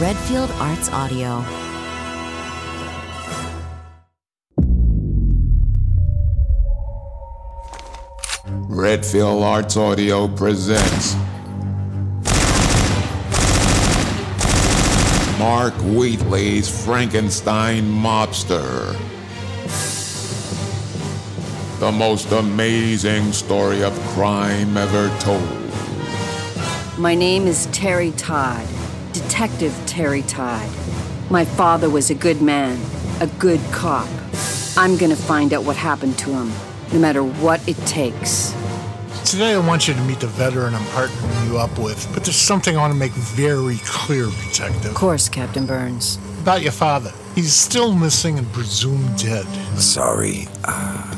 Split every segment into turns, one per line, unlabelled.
Redfield Arts Audio.
Redfield Arts Audio presents Mark Wheatley's Frankenstein Mobster. The most amazing story of crime ever told.
My name is Terry Todd, Detective Terry Todd. My father was a good man, a good cop. I'm gonna find out what happened to him, no matter what it takes.
Today, I want you to meet the veteran I'm partnering you up with, but there's something I want to make very clear, Detective,
Of course, Captain Burns.
about your father. He's still missing and presumed dead.
Sorry. Uh,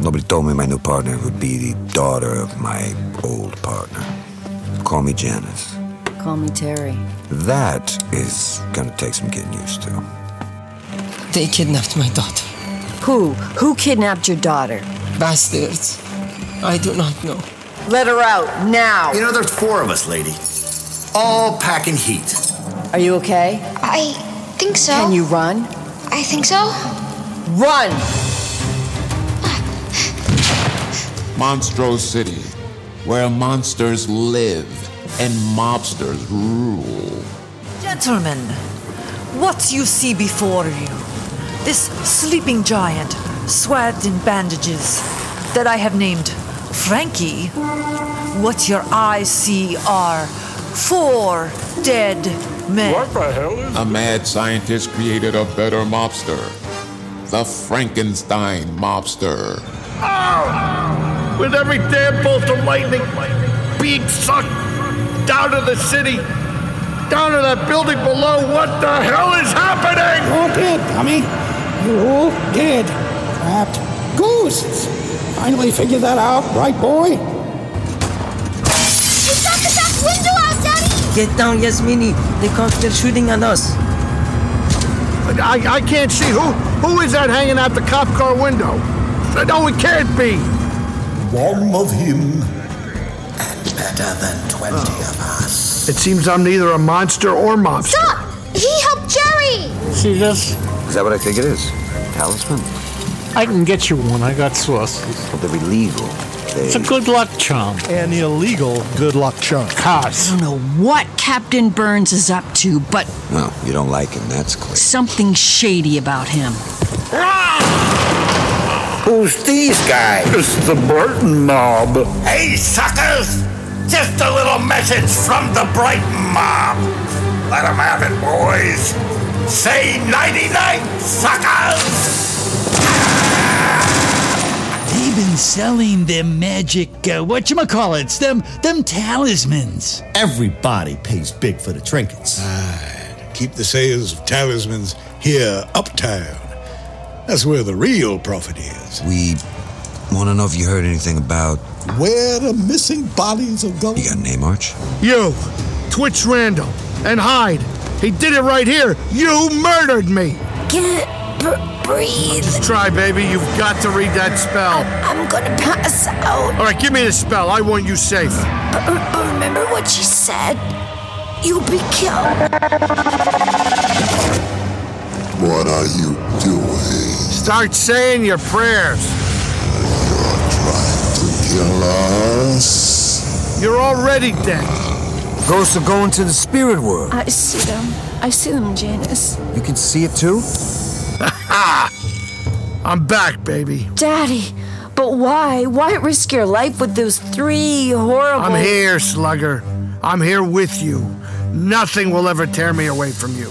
nobody told me my new partner would be the daughter of my old partner. Call me Janice.
Call me Terry.
That is gonna take some getting used to.
They kidnapped my daughter.
Who? Who kidnapped your daughter?
Bastards. I do not know.
Let her out now.
You know, there's four of us, lady. All packing heat.
Are you okay?
I think so.
Can you run?
I think so.
Run!
Monstro City, where monsters live and mobsters rule.
Gentlemen, what you see before you this sleeping giant, swathed in bandages, that I have named Frankie. What your eyes see are four dead men.
A mad scientist created a better mobster. The Frankenstein mobster.
With every damn bolt of lightning being sucked down to the city, down to that building below, what the hell is happening?
All dead, dummy. You're all dead. Trapped. Ghosts. Finally figured that out, right, boy?
You shut the back window out, Daddy!
Get down, Yasmini. They come, they're shooting at us.
I, I can't see. Who who is that hanging out the cop car window? No, it can't be.
One of him. And better than 20 of us.
It seems I'm neither a monster or mobster.
Stop! He helped Jerry!
See this?
Is that what I think it is? Talisman?
I can get you one. I got sources.
Well, they're illegal. They,
It's a good luck charm. An illegal good luck charm. Cars.
I don't know what Captain Burns is up to, but
no, you don't like him, that's clear.
something shady about him.
Who's these guys? It's the Burton mob. Hey, suckers! Just a little message from the Brighton mob. Let 'em have it, boys. Say 99, suckers!
They've been selling them magic, uh, whatchamacallits, them, them talismans.
Everybody pays big for the trinkets.
keep the sales of talismans here uptown. That's where the real profit is.
We want to know if you heard anything about.
Where the missing bodies are going.
You got a name, Arch?
You, Twitch Randall, and Hyde. He did it right here. You murdered me.
Can't breathe.
Try, baby. You've got to read that spell.
I'm gonna pass out.
All right, give me the spell. I want you safe.
remember what she said? You'll be killed.
What are you doing?
Start saying your prayers.
Trying to kill us?
You're already dead.
Ghosts are going to the spirit world.
I see them. I see them, Janice.
You can see it too?
I'm back, baby.
Daddy, but why? Why risk your life with those three horrible.
I'm here, slugger. I'm here with you. Nothing will ever tear me away from you.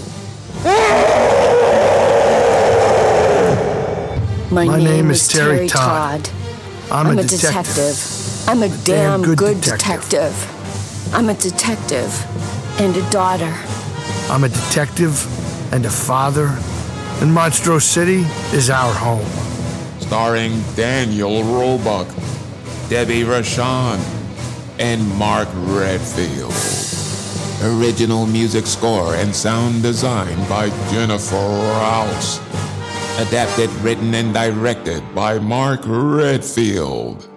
My,
My name is Terry Todd. I'm,
I'm
a,
a detective. I'm a, damn, good, detective. I'm a detective and a daughter.
I'm a detective and a father, and Monstro City is our home.
Starring Daniel Roebuck, Debbie Rashan, and Mark Redfield. Original music score and sound design by Jennifer Rouse. Adapted, written, and directed by Mark Redfield.